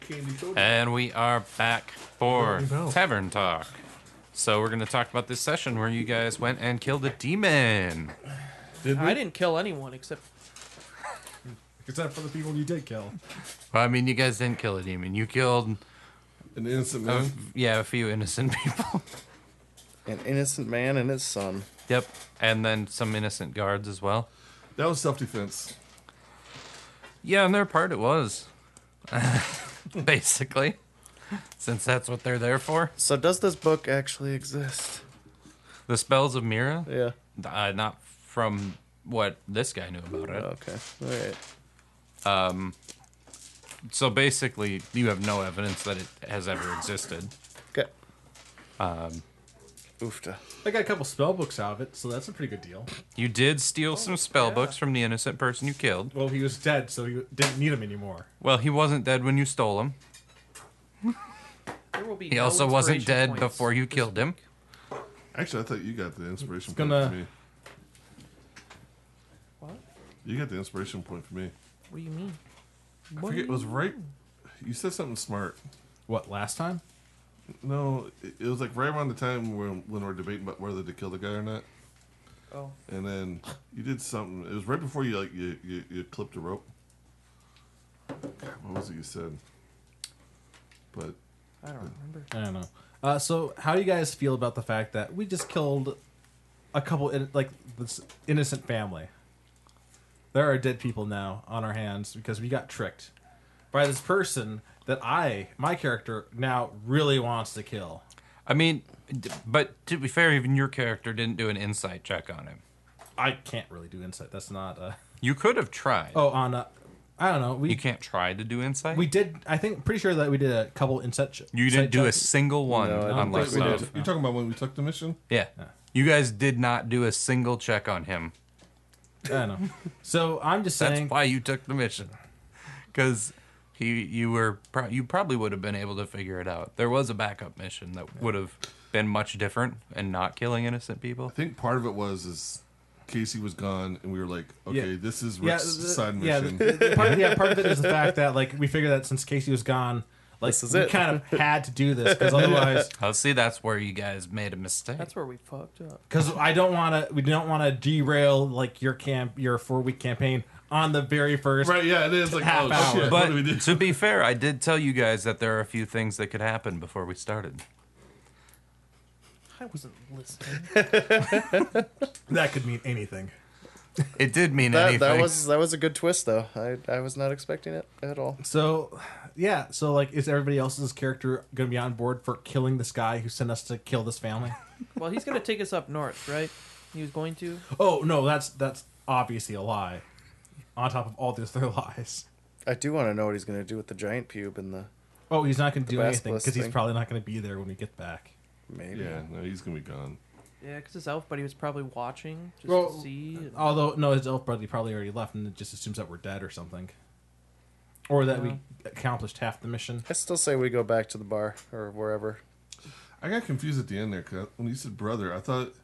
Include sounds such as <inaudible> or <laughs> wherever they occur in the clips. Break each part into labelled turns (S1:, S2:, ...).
S1: candy soda.
S2: And we are back for
S1: Well.
S2: Tavern Talk. So we're going to talk about this session where you guys went and killed a demon.
S1: Did
S3: I
S1: we?
S3: didn't kill anyone except
S4: Except for the people you did kill.
S2: Well, I mean, you guys didn't kill a demon. You killed,
S1: An innocent
S2: a,
S1: man.
S2: yeah, a few innocent <laughs> people.
S5: An innocent man and his son.
S2: yep. And then some innocent guards as well.
S1: That was self defense.
S2: Yeah, on their part, it was. <laughs> Basically. Since that's what they're there for.
S5: So does this book actually exist?
S2: The spells of Mira?
S5: Yeah.
S2: Uh, not from what this guy knew about it.
S5: Okay. All right.
S2: So basically, you have no evidence that it has ever existed.
S5: Okay. Um. Oofta.
S4: I got a couple spell books out of it, so that's a pretty good deal.
S2: You did steal some spell books from the innocent person you killed.
S4: Well, he was dead, so he didn't need him anymore.
S2: Well, he wasn't dead when you stole him.
S3: there will be.
S2: He
S3: no
S2: also wasn't
S3: inspiration
S2: dead
S3: points.
S2: before you killed him.
S1: Actually, I thought you got the inspiration point
S4: gonna-
S1: for me.
S3: What?
S1: You got the inspiration point for me.
S3: What do you mean?
S1: I forget, it was right. You said something smart.
S4: What, last time?
S1: No, it, it was like right around the time when, when we're debating about whether to kill the guy or not.
S3: Oh,
S1: And then you did something. It was right before you like you, you, you clipped a rope. God, what was it you said? But
S3: I don't remember.
S4: I don't know. Uh, so, how do you guys feel about the fact that we just killed a couple, in, like this innocent family? There are dead people now on our hands because we got tricked by this person that I, my character, now really wants to kill.
S2: I mean, d- but to be fair, even your character didn't do an insight check on him.
S4: I can't really do insight. That's not. Uh,
S2: You could have tried.
S4: oh, on. Uh, I don't know. We
S2: You can't try to do insight.
S4: we did. I think pretty sure that we did a couple insight. ch-
S2: you
S4: insight
S2: didn't do a
S4: checks.
S2: single one
S5: No, I don't
S2: on
S5: think
S2: Last
S5: we
S2: Love.
S5: did.
S1: you're talking about when we took the mission.
S2: Yeah. You guys did not do a single check on him.
S4: I don't know. So I'm just
S2: That's
S4: saying.
S2: why you took the mission. Because he, you were, pro- you probably would have been able to figure it out. There was a backup mission that would have been much different and not killing innocent people.
S1: I think part of it was is Casey was gone, and we were like, okay,
S4: Yeah.
S1: this is
S4: yeah,
S1: Rick's
S4: the-
S1: side
S4: yeah,
S1: mission.
S4: <laughs> the- part, yeah, part of it is the fact that like we figured that since Casey was gone, like
S5: This is
S4: we
S5: it.
S4: kind of had to do this because otherwise,
S2: <laughs> Oh, see, that's where you guys made a mistake.
S3: that's where we fucked up.
S4: because I don't want to, we don't want to derail like your camp, your four week campaign on the very first.
S1: <laughs> right? Yeah, it is like
S4: Half
S1: oh,
S4: hour.
S1: shit, what do we do?
S2: but to be fair, I did tell you guys that there are a few things that could happen before we started.
S3: I wasn't listening.
S4: That could mean anything.
S2: It did mean
S5: That,
S2: anything.
S5: that was that was a good twist though. I I was not expecting it at all.
S4: So, yeah. So like, is everybody else's character gonna be on board for killing this guy who sent us to kill this family?
S3: <laughs> well, he's gonna take us up north, right? He was going to.
S4: Oh no, that's that's obviously a lie. On top of all these other <laughs> lies.
S5: I do want to know what he's gonna do with the giant pube and the
S4: Oh, he's not going to do anything
S5: basilisk
S4: because he's
S5: thing.
S4: probably not going to be there when we get back.
S5: maybe.
S1: yeah, no, he's gonna be gone.
S3: Yeah, because it's elf, but he was probably watching just
S4: Well,
S3: to see. <laughs> and-
S4: Although no, his elf buddy probably already left, and it just assumes that we're dead or something, or that we
S3: Yeah.
S4: accomplished half the mission.
S5: I still say we go back to the bar or wherever.
S1: I got confused at the end there because when you said brother, I thought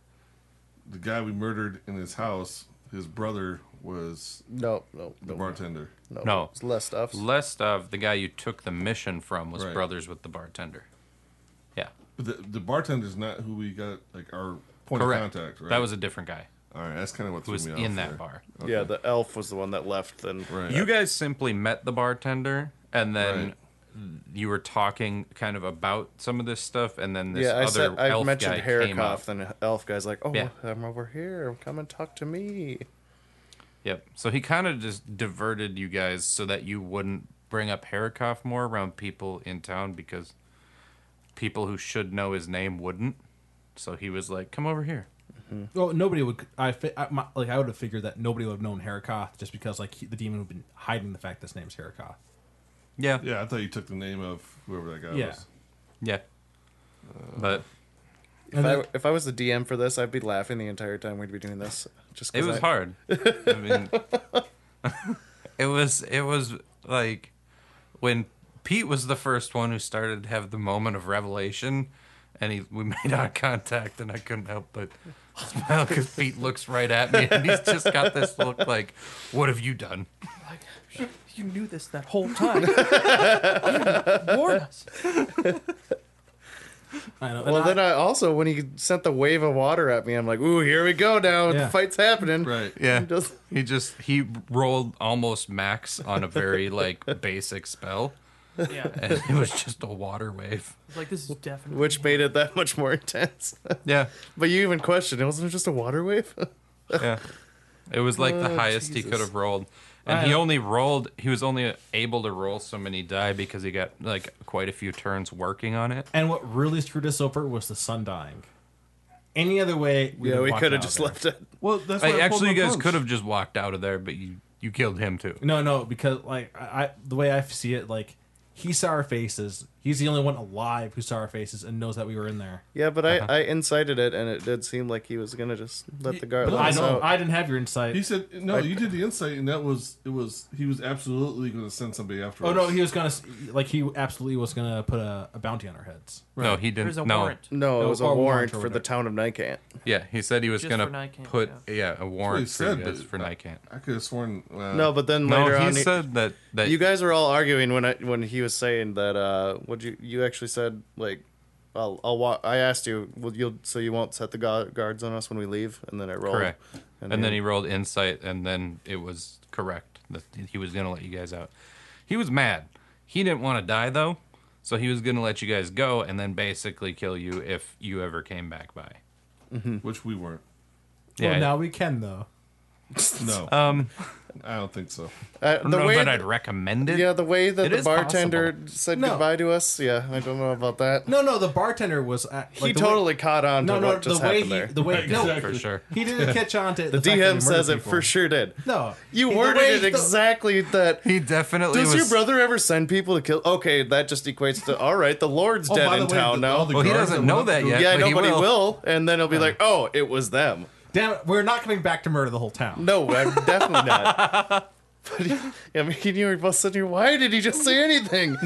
S1: the guy we murdered in his house, his brother was
S5: No, no,
S1: the
S5: no,
S1: bartender.
S5: no.
S2: No.
S5: It's less stuff.
S2: Less of the guy you took the mission from was
S1: Right.
S2: brothers with the bartender. Yeah,
S1: But the, the bartender's not who we got like our point of
S2: correct.
S1: contact. Right?
S2: That was a different guy
S1: all right. That's kind of what
S2: who
S1: threw
S2: was
S1: me off
S2: in that
S1: there.
S2: bar.
S5: Yeah, the elf was the one that left. Then
S1: Right.
S2: You guys simply met the bartender, and then
S1: Right.
S2: you were talking kind of about some of this stuff, and then this
S5: yeah, I
S2: other
S5: said I
S2: elf
S5: mentioned
S2: guy came up.
S5: Harakoff, and elf guy's like, oh,
S2: Yeah.
S5: I'm over here. Come and talk to me.
S2: Yep. So he kind of just diverted you guys so that you wouldn't bring up Harakoff more around people in town because people who should know his name wouldn't. So he was like, "Come over here."
S4: Well, nobody would. I, fi- I my, like. I would have figured that nobody would have known Harakoth just because like he, the demon would have been hiding the fact this name's Harakoth.
S2: Yeah. Yeah.
S1: Yeah, I thought you took the name of whoever that guy
S4: Yeah.
S1: was.
S2: but
S5: If
S4: And
S5: I,
S4: then-
S5: if I was the DM for this, I'd be laughing the entire time we'd be doing this. Just 'cause
S2: it was
S5: I-
S2: hard. <laughs> I mean, <laughs> it was it was like when Pete was the first one who started to have the moment of revelation, and he we <laughs> made eye contact, and I couldn't help but smile because Pete looks right at me, and he's just got this look like, "What have you done?"
S4: <laughs>
S3: Like, you knew this that whole time. you
S4: I know.
S5: Well, then I also when he sent the wave of water at me, I'm like, "Ooh, here we go now.
S4: Yeah.
S5: The fight's happening." <laughs>
S1: Right.
S2: Yeah.
S5: He does-
S2: He just he rolled almost max on a very like basic spell,
S3: Yeah.
S2: and it was just a water wave.
S3: It's like this is definitely
S5: Which made it that much more intense. <laughs>
S2: Yeah,
S5: but you even questioned it wasn't it just a water wave. <laughs>
S2: yeah. It was like the
S5: Oh,
S2: highest he
S5: Jesus.
S2: could have rolled, and he only rolled. He was only able to roll so many die because he got like quite a few turns working on it.
S4: and what really screwed us over was the sun dying. Any other way, we
S5: yeah, we
S4: walked
S5: could
S4: out
S5: have just
S4: there.
S5: left it.
S1: Well, that's why
S2: Like,
S1: I pulled
S2: actually,
S1: my
S2: you guys
S1: punch.
S2: could have just walked out of there, but you you killed him too.
S4: No, no, because like I, I the way I see it, like he saw our faces. He's the only one alive who saw our faces and knows that we were in there.
S5: Yeah, but I I incited it, and it did seem like he was gonna just let the guard.
S1: but
S5: let
S4: I
S5: us
S4: know
S5: out.
S4: I didn't have your insight.
S1: He said, "No, you did the insight, and that was it. Was he was absolutely going to send somebody after
S4: oh
S1: us.
S4: no, he was gonna s- like he absolutely was gonna put a, a bounty on our heads.
S2: No, he didn't.
S3: there's a
S2: no,
S3: warrant.
S5: No, it
S4: No,
S5: was
S4: or
S5: a
S4: warrant
S5: warrant
S4: or
S5: for
S4: whatever.
S5: the town of Nikant.
S2: yeah, he said he was
S3: Just
S2: gonna
S3: for Nycant,
S2: put yeah. a warrant
S1: That's what
S2: for,
S1: he said,
S2: you guys
S1: but-
S2: for Nycant.
S1: I could have sworn. Uh,
S5: No, but then
S2: No,
S5: later
S2: he
S5: on, he-
S2: said that that
S5: you guys were all arguing when I when he was saying that. Uh, what you you actually said like, I'll I'll wa- I asked you, well, you'll so you won't set the gu- guards on us when we leave, and then I
S4: Oh.
S5: rolled.
S2: Correct. And, then
S5: he-
S2: he rolled insight, and then it was correct that he was going to let you guys out. He was mad. He didn't want to die though, so he was going to let you guys go and then basically kill you if you ever came back by.
S1: which we weren't.
S4: Yeah,
S2: Yeah.
S4: now we can though.
S1: No,
S2: Um,
S1: I don't think so.
S5: Uh,
S2: I don't
S5: the
S2: know
S5: way
S2: that
S5: that-
S2: I'd recommend it.
S5: yeah, the way that
S2: It
S5: the
S2: is
S5: bartender said
S4: No.
S5: goodbye to us. Yeah, I don't know about that.
S4: No, no, the bartender was at,
S5: he
S4: like, the way-
S5: totally caught on to
S4: no, no,
S5: what
S4: the
S5: just
S4: way
S5: happened
S4: he
S5: there.
S4: the way no,
S2: for sure.
S4: he
S2: <laughs>
S4: didn't catch on to
S5: the DM says it for sure did.
S4: No,
S5: You
S4: He- the
S5: worded
S4: way
S5: it
S4: he- the-
S5: exactly that.
S2: He definitely
S5: Does
S2: was.
S5: your brother ever send people to kill? Okay, that just equates to all right. The Lord's
S1: Oh,
S5: dead
S1: by
S5: in
S1: the way,
S5: town
S1: the-
S5: now.
S1: all the
S2: well, he
S1: guards
S2: doesn't
S1: that
S2: know
S1: went
S2: that
S1: through-
S2: yet.
S5: yeah,
S2: but
S5: nobody
S2: he
S5: will.
S2: will.
S5: and then it'll be like, oh, it was them.
S4: Damn, it, we're not coming back to murder the whole town.
S5: <laughs> No, I'm definitely not. <laughs> But he- I mean, you were both sitting here. Why did he just say anything?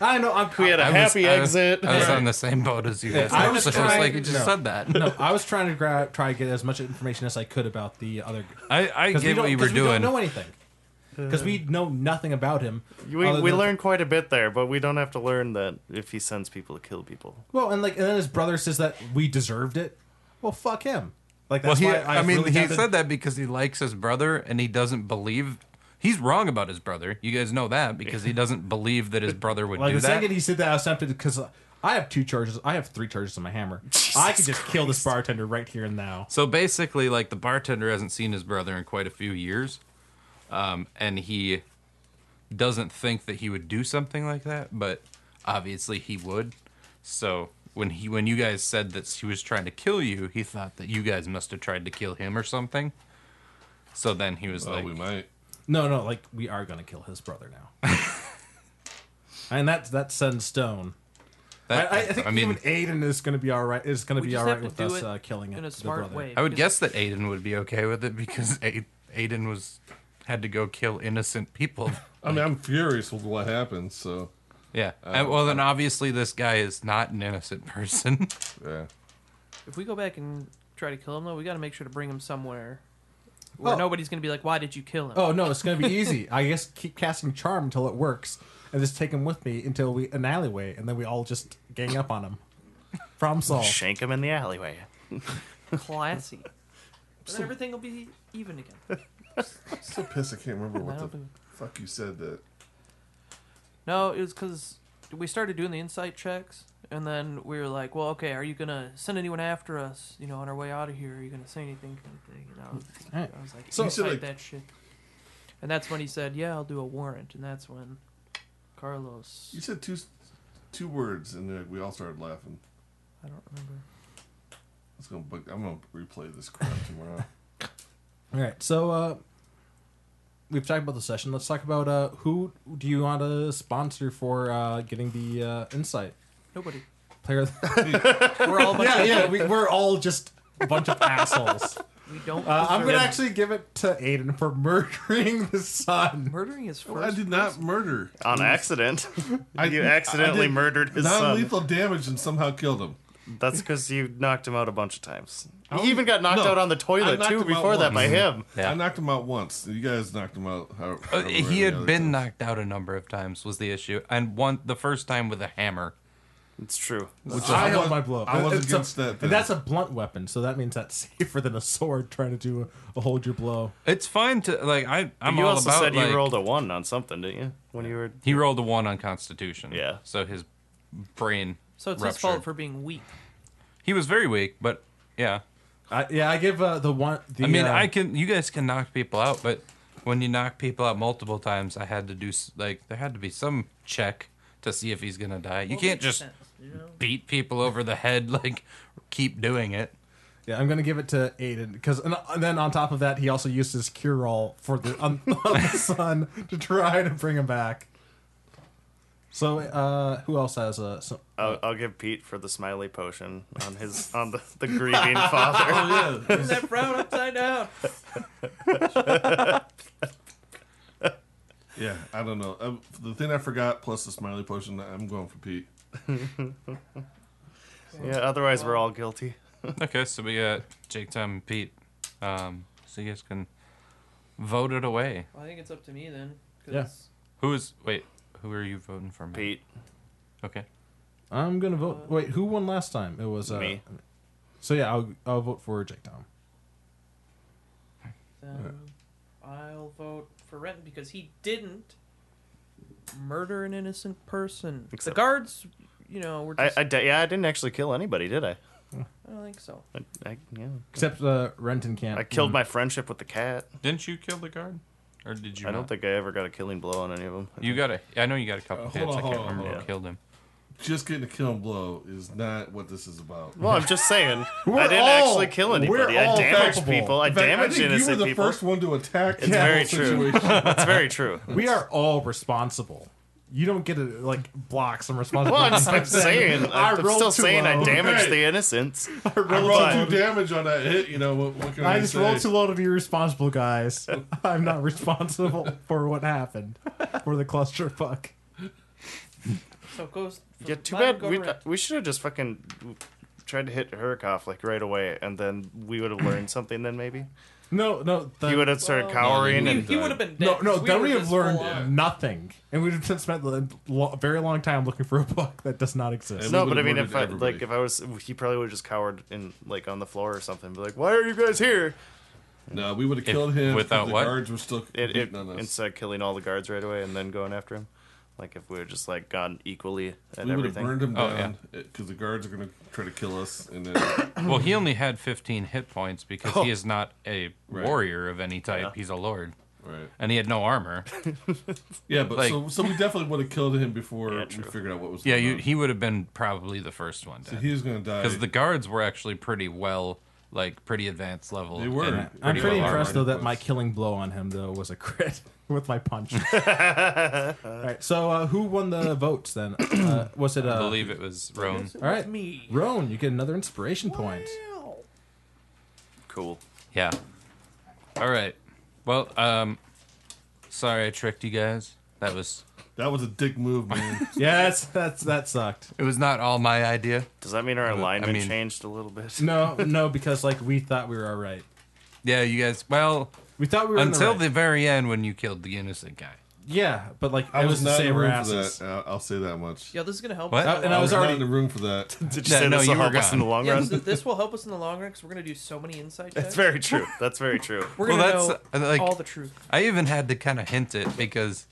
S4: I know. I'm
S5: We had a
S2: I was-
S5: happy
S2: I was-
S5: exit.
S2: I was on the same boat as you guys. <laughs>
S4: I
S2: I
S4: was
S2: was just
S4: trying-
S2: like you just
S4: no.
S2: said that. <laughs>
S4: no, I was trying to grab, try to get as much information as I could about the other.
S2: I, I
S4: Because we
S2: get
S4: don't,
S2: what you
S4: 'cause
S2: were
S4: we
S2: doing.
S4: don't know anything. Because we
S3: Uh.
S4: know nothing about him.
S5: <laughs> we
S4: other
S5: we
S4: than-
S5: learned quite a bit there, but we don't have to learn that if he sends people to kill people.
S4: Well, and like, and then his brother says that we deserved it. Well, fuck him. Like
S2: Well,
S4: that's
S2: he,
S4: why I,
S2: I, mean,
S4: really
S2: he
S4: have to-
S2: said that because he likes his brother and he doesn't believe. He's wrong about his brother. You guys know that because he doesn't believe that his brother would
S4: Like
S2: do
S4: the
S2: that.
S4: second he said that, I was tempted because I have two charges. I have three charges on my
S2: <laughs>
S4: hammer. I could just kill this bartender right here and now.
S2: so basically, like the bartender hasn't seen his brother in quite a few years, um, and he doesn't think that he would do something like that, but obviously he would. So when he when you guys said that she was trying to kill you, he thought that you guys must have tried to kill him or something. So then he was
S1: Oh,
S2: like,
S1: we might.
S4: No, no, like we are gonna kill his brother now.
S2: <laughs>
S4: and that's that's set in stone.
S2: that-
S4: I, I think
S2: I mean,
S4: even Aiden is gonna be all right. Is gonna
S3: We
S4: be
S3: just
S4: all right
S3: have to
S4: with
S3: do
S4: us
S3: it
S4: uh, killing
S3: in a
S4: the
S3: smart
S4: brother.
S3: way.
S2: I would guess
S3: because-
S2: that Aiden would be okay with it because <laughs> A- Aiden was had to go kill innocent people.
S1: I mean, I'm furious with what happened. So,
S2: <laughs> Yeah. And- well, then obviously this guy is not an innocent <laughs> person.
S1: yeah.
S3: If we go back and try to kill him, though, we got to make sure to bring him somewhere where
S4: Oh.
S3: nobody's going to be like, "Why did you kill him?"
S4: Oh no, it's gonna be easy. I guess keep casting charm until it works, and just take him with me until we an alleyway, and then we all just gang up on him. Problem
S1: Oh.
S4: solved.
S5: Shank him in the alleyway.
S3: Classy. But then everything will be even again.
S1: I'm so pissed. I can't remember
S3: I
S1: what the
S3: don't-
S1: fuck you said. That
S3: No, it was because we started doing the insight checks, and then we were like, "Well, okay, are you gonna send anyone after us? You know, on our way out of here, are you gonna say anything?" Kind of thing. And I was,
S4: Alright.
S3: I was like,
S1: So- You said,
S3: "Insight
S1: like-
S3: that shit." And that's when he said, "Yeah, I'll do a warrant," and that's when Carlos.
S1: you said two two words, and then we all started laughing.
S3: I don't remember.
S1: It's gonna bug. I'm gonna replay this crap <laughs> tomorrow.
S4: All right, so uh, we've talked about the session. Let's talk about uh, who do you want to sponsor for uh, getting the uh, insight
S3: Nobody.
S4: player?
S3: <laughs> We're all a bunch
S4: yeah,
S3: of
S4: yeah, we, we're all just a bunch of
S3: <laughs>
S4: assholes.
S3: We don't.
S4: Uh, I'm
S3: deserve-
S4: gonna actually give it to Aiden for murdering <laughs> the son.
S3: murdering his first.
S1: Well, Oh, I did not murder.
S5: On <laughs> accident.
S1: I,
S5: you accidentally
S1: did
S5: murdered his son.
S1: Non-lethal damage and somehow killed him.
S5: That's because you knocked him out a bunch of times.
S1: don't-
S5: He even got knocked
S1: Oh. no,
S5: out on the
S1: I
S5: toilet
S1: knocked
S5: too
S1: him out
S5: before that by
S1: once.
S5: him.
S2: Yeah.
S1: I knocked him out once. You guys knocked him out. How,
S2: Uh,
S1: however
S2: he
S1: many
S2: had
S1: other
S2: been
S1: times.
S2: knocked out a number of times was the issue, and one the first time with a hammer.
S5: It's true.
S4: Which
S1: I
S4: I, love
S1: was-
S4: my blow.
S1: I was
S4: It's a-
S1: against that then.
S4: And that's a blunt weapon, so that means that's <laughs> safer than a sword trying to do a, a hold your blow.
S2: It's fine to like. I I'm
S5: you
S2: all
S5: also
S2: about
S5: said
S2: like,
S5: you rolled a one on something, didn't you? When you were
S2: He rolled a one on Constitution.
S5: Yeah.
S2: So his brain.
S3: So it's his
S2: ruptured.
S3: fault for being weak.
S2: He was very weak, but yeah.
S4: I, yeah, I give uh, the one. The,
S2: I mean,
S4: uh,
S2: I can. You guys can knock people out, but when you knock people out multiple times, I had to do s- like there had to be some check to see if he's gonna die. You can't just beat people over the head like keep doing it.
S4: Yeah, I'm gonna give it to Aiden because, and, and then on top of that, he also used his cure all for the, on, <laughs> on the son to try to bring him back. So, uh, who else has a? So,
S5: I'll, I'll give Pete for the smiley potion on
S1: <laughs>
S5: his on the, the grieving father.
S1: Oh yeah,
S3: Turn <laughs> that frown upside down.
S1: yeah. I don't know. Um the thing I forgot plus the smiley potion. I'm going for Pete.
S5: Yeah, otherwise we're all guilty.
S2: Okay, so we got Jake, Tom, and Pete. Um, so you guys can vote it away.
S3: Well, I think it's up to me then. 'cause
S4: Yeah.
S2: Who is? Wait, who are you voting for? Matt?
S5: Pete,
S2: Okay.
S4: I'm gonna vote. Wait, who won last time? It was uh,
S5: Me.
S4: So yeah, I'll, I'll vote for Jake Tom.
S3: Then I'll vote for Renton because he didn't murder an innocent person.
S5: Except-
S3: the guards, you know, were
S5: I,
S3: just.
S5: I di- yeah, I didn't actually kill anybody, did I?
S3: I don't think so.
S5: I, I yeah,
S4: Except uh, Renton can't.
S5: I
S1: Mm.
S5: killed my friendship with the cat.
S2: Didn't you kill the guard, or did you?
S5: I don't
S2: not?
S5: think I ever got a killing blow on any of them.
S2: you got a. I know you got a couple
S1: Uh,
S2: hits.
S1: hold on,
S2: I
S1: hold
S2: can't
S1: on,
S2: remember
S1: hold
S2: who
S5: Oh, on.
S2: killed him.
S1: Just getting a kill and blow is not what this is about.
S5: Well, I'm just
S1: <laughs>
S5: saying,
S4: We're
S5: I didn't
S4: all-
S5: actually kill
S4: we're
S5: anybody. I
S4: all
S5: damaged
S4: culpable.
S5: people. I
S1: In fact,
S5: damaged
S1: I think
S5: innocent
S1: you were the
S5: people.
S1: first one to attack.
S5: It's
S1: the whole
S5: very true.
S1: situation.
S5: That's very
S1: <laughs>
S5: true.
S4: We are all responsible. You don't get to like block some
S5: Well,
S4: responsibility.
S5: I'm, just- I'm saying,
S4: I
S5: I'm
S4: rolled
S5: still
S4: too
S5: saying I
S4: low.
S5: damaged
S1: Okay.
S5: the innocents.
S1: <laughs> I rolled two damage on that hit. You know what? what can I,
S4: <laughs> I just
S1: say?
S4: rolled too low to be responsible, guys. <laughs> I'm not responsible for what happened for the clusterfuck.
S3: So it goes.
S5: Yeah,
S3: for-
S5: too
S3: mine would
S5: bad.
S3: go
S5: We,
S3: to Renton.
S5: we should have just fucking tried to hit Hurikoff like right away, and then we would have
S3: <clears throat>
S5: learned something. Then maybe
S4: No, no, the,
S5: he would have started
S3: Well,
S5: cowering,
S1: no,
S3: He,
S1: you-
S5: and
S1: you-
S3: he would have been dead.
S4: No, no,
S3: 'cause
S4: then
S3: were
S4: we have
S3: just
S4: learned
S3: full on.
S4: nothing, and we've just spent a lo- very long time looking for a book that does not exist.
S1: we
S5: no.
S1: would
S5: But I
S1: have
S5: mean,
S1: murdered
S5: if I,
S1: everybody.
S5: like if I was, he probably would have just cowered in like on the floor or something. Be like, why are you guys here?
S1: No, we would have killed him.
S2: without
S1: the
S2: what?
S1: guards were still
S5: It, it,
S1: beating on us.
S5: instead of killing all the guards right away and then going after him. Like if we had just like gone equally at
S1: we would have
S5: everything.
S1: burned him
S2: Oh,
S1: down because the guards are going to try to kill us. And then
S2: Well, he only had 15 hit points because he is not a
S1: Right.
S2: warrior of any type.
S5: Yeah.
S2: He's a lord,
S1: right,
S2: and he had no armor.
S1: yeah, but
S2: Like-
S1: so so we definitely would have killed him before
S5: Yeah,
S1: we
S5: true.
S1: figured out what was.
S2: yeah,
S1: going
S2: you,
S1: on.
S2: he would have been probably the first one
S1: Uh-huh. so
S2: dead
S1: he was going to die
S2: because the guards were actually pretty well, like pretty advanced level.
S1: They were.
S2: and
S1: I'm
S4: I'm pretty
S2: well
S1: armored
S4: impressed though that
S1: was.
S4: my killing blow on him though was a crit <laughs> with my punch. all right, so uh, who won the votes then? Uh, was it
S2: I
S4: uh,
S2: believe it was Roan.
S4: all right,
S3: me.
S4: Roan? You get another inspiration point.
S3: Ow.
S5: Cool.
S2: Yeah. All right. Well, um, sorry I tricked you guys. That was
S1: That was a dick move, man.
S4: Yes, that's that sucked.
S2: it was not all my idea.
S5: Does that mean our alignment
S2: mean-
S5: changed a little bit?
S4: No, no, because like we thought we were all right.
S2: Yeah, you guys. Well,
S4: We thought we were in
S2: until
S4: the,
S2: the
S4: right.
S2: very end when you killed the innocent guy.
S4: yeah, but like
S1: I
S4: it
S1: was
S4: was the
S1: not in the
S4: same
S1: room for
S4: asses.
S1: that. I'll- I'll say that much.
S3: Yeah, this is gonna help.
S2: What?
S3: us out.
S4: Uh, and I was
S1: not
S4: already-
S1: in the room for that.
S5: <laughs> Did you
S2: No,
S5: say
S2: no,
S5: this will
S2: you were
S5: help us in the
S2: gone.
S5: long
S3: yeah,
S5: run?
S3: this, this will help us in the long run because we're gonna do so many inside checks.
S5: <laughs>
S3: <laughs>
S5: That's very true. That's very true.
S3: We're
S2: Well,
S3: gonna
S2: that's,
S3: know
S2: uh, like-
S3: all the truth. <laughs>
S2: I even had to kind of hint it because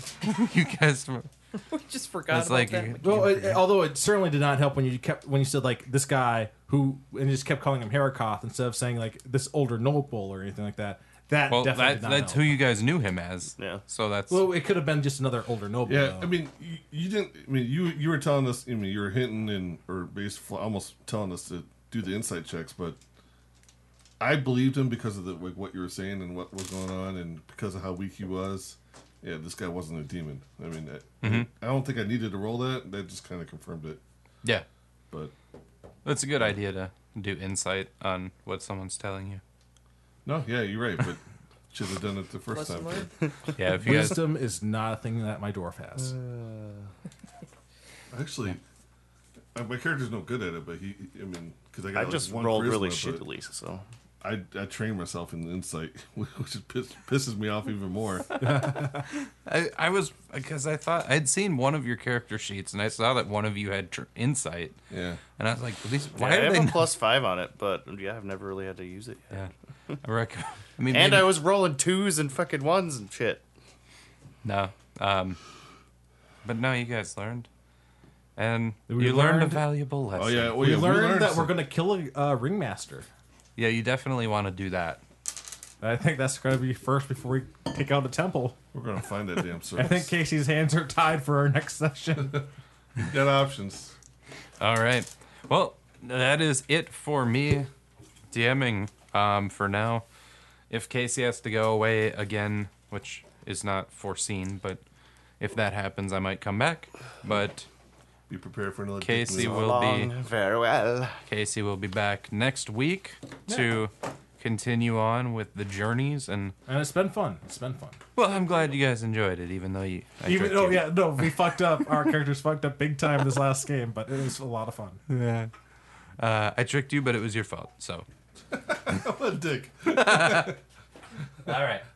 S2: <laughs> you guys. were-
S3: we just forgot
S2: It's
S3: about
S2: like
S3: that.
S2: you-
S3: We can't-
S4: Well, it, although it certainly did not help when you kept when you said like this guy who and you just kept calling him Harakoth instead of saying like this older noble or anything like that. That
S2: Well,
S4: definitely
S2: that,
S4: did not
S2: that's who
S4: help.
S2: you guys knew him as.
S5: Yeah.
S2: So that's
S4: Well, it could have been just another older noble.
S1: Yeah,
S4: though.
S5: Um,
S1: I mean, you, you didn't. I mean, you you were telling us. I mean, you were hinting and or basically almost telling us to do the insight checks, but I believed him because of the like, what you were saying and what was going on, and because of how weak he was. Yeah, this guy wasn't a demon. I mean, I,
S5: Mm-hmm.
S1: I don't think I needed to roll that. That just kind of confirmed it.
S2: yeah,
S1: But
S2: that's a good idea to do insight on what someone's telling you.
S1: no, yeah, you're right.
S5: <laughs>
S1: But should have done it the first
S3: Lesson
S1: time.
S3: learned.
S2: Yeah, if you guys.
S4: wisdom is not a thing that my dwarf
S1: Uh,
S4: has.
S1: Actually, uh, my character's no good at it, but he. I mean, because I got
S5: I
S1: like,
S5: just
S1: one
S5: rolled
S1: charisma,
S5: really
S1: but-
S5: shittily, so
S1: I, I train myself in insight, <laughs> which is piss, pisses me off even more.
S2: I, I was because I thought I'd seen one of your character sheets and I saw that one of you had tr- insight,
S1: <laughs> Yeah.
S2: and I was like, "These
S5: Yeah,
S2: why
S5: I
S2: are
S5: have
S2: they?"
S5: a
S2: Not?
S5: plus five on it, but yeah, I've never really had to use it yet.
S2: <laughs> Yeah, I reckon. <laughs> I mean,
S5: And
S2: maybe-
S5: I was rolling twos and fucking ones and shit.
S2: No. Um, but no, you guys learned. And
S4: We
S2: you learned, a
S4: learned-
S2: valuable lesson.
S1: Oh yeah. Well,
S4: we,
S1: yeah,
S4: learned that
S1: some-
S4: we're gonna kill a uh, ringmaster.
S2: Yeah, you definitely want to do that.
S4: I think that's gonna be first before we take out a temple.
S1: we're gonna find that <laughs> damn
S4: I
S1: service.
S4: think Casey's hands are tied for our next session.
S1: got options.
S2: All right. Well, that is it for me DMing um, for now. If Casey has to go away again, which is not foreseen, but if that happens, I might come back. But
S1: Be prepared for another dick
S2: Casey
S1: move.
S2: will
S5: Long
S2: be
S5: farewell.
S2: Casey will be back next week to continue on with the journeys and
S4: <laughs> and it's been fun. It's been fun.
S2: Well, I'm glad you guys enjoyed it, even though you. I
S4: Even
S2: tricked
S4: though,
S2: you.
S4: yeah, no, we fucked up. Our characters fucked up big time this last game, but it was a lot of fun.
S2: Uh, I
S1: <laughs>
S2: tricked you, but it was your fault. So.
S1: What a dick.
S2: All right.